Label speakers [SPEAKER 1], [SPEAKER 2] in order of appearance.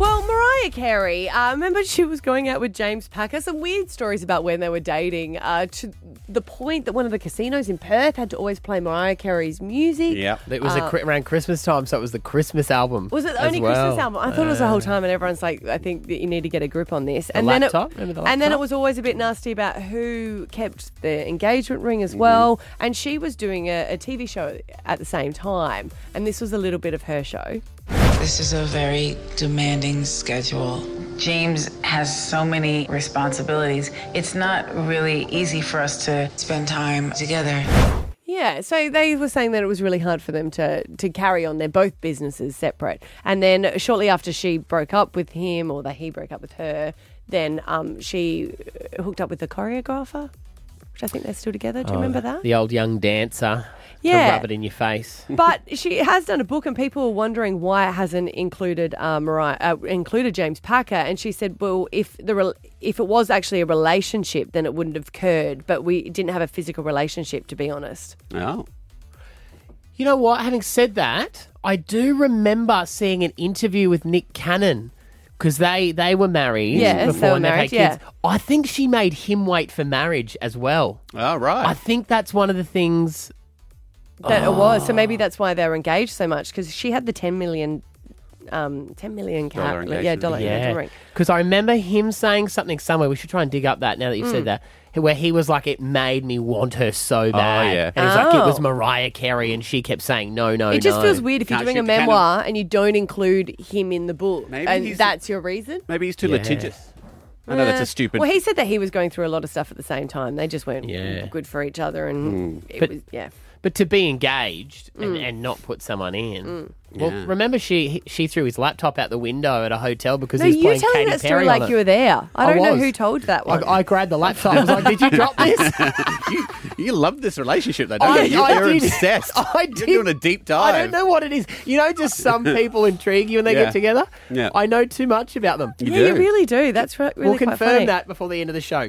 [SPEAKER 1] Mariah Carey, uh, remember she was going out with James Packer? Some weird stories about when they were dating, uh, to the point that one of the casinos in Perth had to always play Mariah Carey's music.
[SPEAKER 2] Yep.
[SPEAKER 3] It was a, around Christmas time, so it was the Christmas album.
[SPEAKER 1] Uh, Was it the
[SPEAKER 3] as
[SPEAKER 1] only
[SPEAKER 3] well.
[SPEAKER 1] Christmas album? I thought it was the whole time, and everyone's like, I think that you need to get a grip on this. And
[SPEAKER 3] laptop?
[SPEAKER 1] Then it,
[SPEAKER 3] Remember the
[SPEAKER 1] and then it
[SPEAKER 3] laptop?
[SPEAKER 1] was always a bit nasty about who kept the engagement ring
[SPEAKER 3] Mm-hmm.
[SPEAKER 1] as well. And she was doing a, a TV show at the same time, and this was a little bit of her show.
[SPEAKER 4] This is a very demanding schedule. James has so many responsibilities. It's not really easy for us to spend time together.
[SPEAKER 1] Yeah, so they were saying that it was really hard for them to to carry on. They're both businesses separate, and then shortly after she broke up with him, or that he broke up with her, then um, she uh, hooked up with the choreographer, which I think they're still together. Do you remember that?
[SPEAKER 3] The old young dancer.
[SPEAKER 1] Yeah.
[SPEAKER 3] To rub it in your face.
[SPEAKER 1] But she has done a book, and people are wondering why it hasn't included uh, Mariah, uh, included James Packer. And she said, "Well, if the rel if it was actually a relationship, then it wouldn't have occurred. But we didn't have a physical relationship, to be honest."
[SPEAKER 2] Oh.
[SPEAKER 3] You know what? Having said that, I do remember seeing an interview with Nick Cannon because they, they were married
[SPEAKER 1] Yes, they
[SPEAKER 3] before
[SPEAKER 1] were
[SPEAKER 3] had
[SPEAKER 1] married, yeah.
[SPEAKER 3] kids. I think she made him wait for marriage as well.
[SPEAKER 2] All
[SPEAKER 3] I
[SPEAKER 2] right.
[SPEAKER 3] think that's one of the things.
[SPEAKER 1] That it was. So
[SPEAKER 2] Oh.
[SPEAKER 1] maybe that's why they're engaged so much because she had the ten million, um, ten million
[SPEAKER 2] Dollar
[SPEAKER 1] cap, yeah,
[SPEAKER 2] engagement
[SPEAKER 1] dollar
[SPEAKER 2] ring.
[SPEAKER 1] engagement
[SPEAKER 3] Yeah.
[SPEAKER 1] ring.
[SPEAKER 3] Because I remember him saying something somewhere. We should try and dig up that now that you've
[SPEAKER 1] Mm.
[SPEAKER 3] said that. Where he was like, it made me want her so bad.
[SPEAKER 2] Oh, yeah.
[SPEAKER 3] And he's like, it was
[SPEAKER 1] Oh.
[SPEAKER 3] Mariah Carey, and she kept saying, no, no,
[SPEAKER 1] It just
[SPEAKER 3] no.
[SPEAKER 1] feels weird if you're
[SPEAKER 2] Can't
[SPEAKER 1] doing a
[SPEAKER 2] shoot the cannon.
[SPEAKER 1] memoir and you don't include him in the book,
[SPEAKER 2] Maybe
[SPEAKER 1] and
[SPEAKER 2] he's-
[SPEAKER 1] that's your reason.
[SPEAKER 2] Maybe he's too
[SPEAKER 3] Yes.
[SPEAKER 2] litigious. I know that's
[SPEAKER 1] Uh,
[SPEAKER 2] a stupid.
[SPEAKER 1] Well, he said that he was going through a lot of stuff at the same time. They just weren't
[SPEAKER 3] Yeah.
[SPEAKER 1] good for each other, and
[SPEAKER 2] Hmm.
[SPEAKER 1] it
[SPEAKER 3] But-
[SPEAKER 1] was yeah.
[SPEAKER 3] But to be engaged and,
[SPEAKER 1] Mm.
[SPEAKER 3] and not put someone in. Well,
[SPEAKER 2] Yeah.
[SPEAKER 3] remember she he- she threw his laptop out the window at a hotel because
[SPEAKER 1] No,
[SPEAKER 3] he was
[SPEAKER 1] you
[SPEAKER 3] playing
[SPEAKER 1] telling
[SPEAKER 3] Katy
[SPEAKER 1] that story
[SPEAKER 3] Perry on
[SPEAKER 1] like
[SPEAKER 3] it.
[SPEAKER 1] you were there. I
[SPEAKER 3] I
[SPEAKER 1] don't know
[SPEAKER 3] was.
[SPEAKER 1] who told you that one.
[SPEAKER 3] I, I grabbed the laptop. I was like, "Did you drop this?"
[SPEAKER 2] you, you love this relationship, though,
[SPEAKER 3] I-
[SPEAKER 2] don't you?
[SPEAKER 3] I
[SPEAKER 2] You're
[SPEAKER 3] did.
[SPEAKER 2] obsessed.
[SPEAKER 3] I
[SPEAKER 2] You're
[SPEAKER 3] did.
[SPEAKER 2] doing a deep dive.
[SPEAKER 3] I don't know what it is. You know, just some people intrigue you when they
[SPEAKER 2] Yeah.
[SPEAKER 3] get together.
[SPEAKER 2] Yeah.
[SPEAKER 3] I know too much about them.
[SPEAKER 2] You
[SPEAKER 1] yeah, you
[SPEAKER 2] do.
[SPEAKER 1] really do. That's re- really
[SPEAKER 3] we'll
[SPEAKER 1] quite
[SPEAKER 3] confirm
[SPEAKER 1] funny.
[SPEAKER 3] that before the end of the show.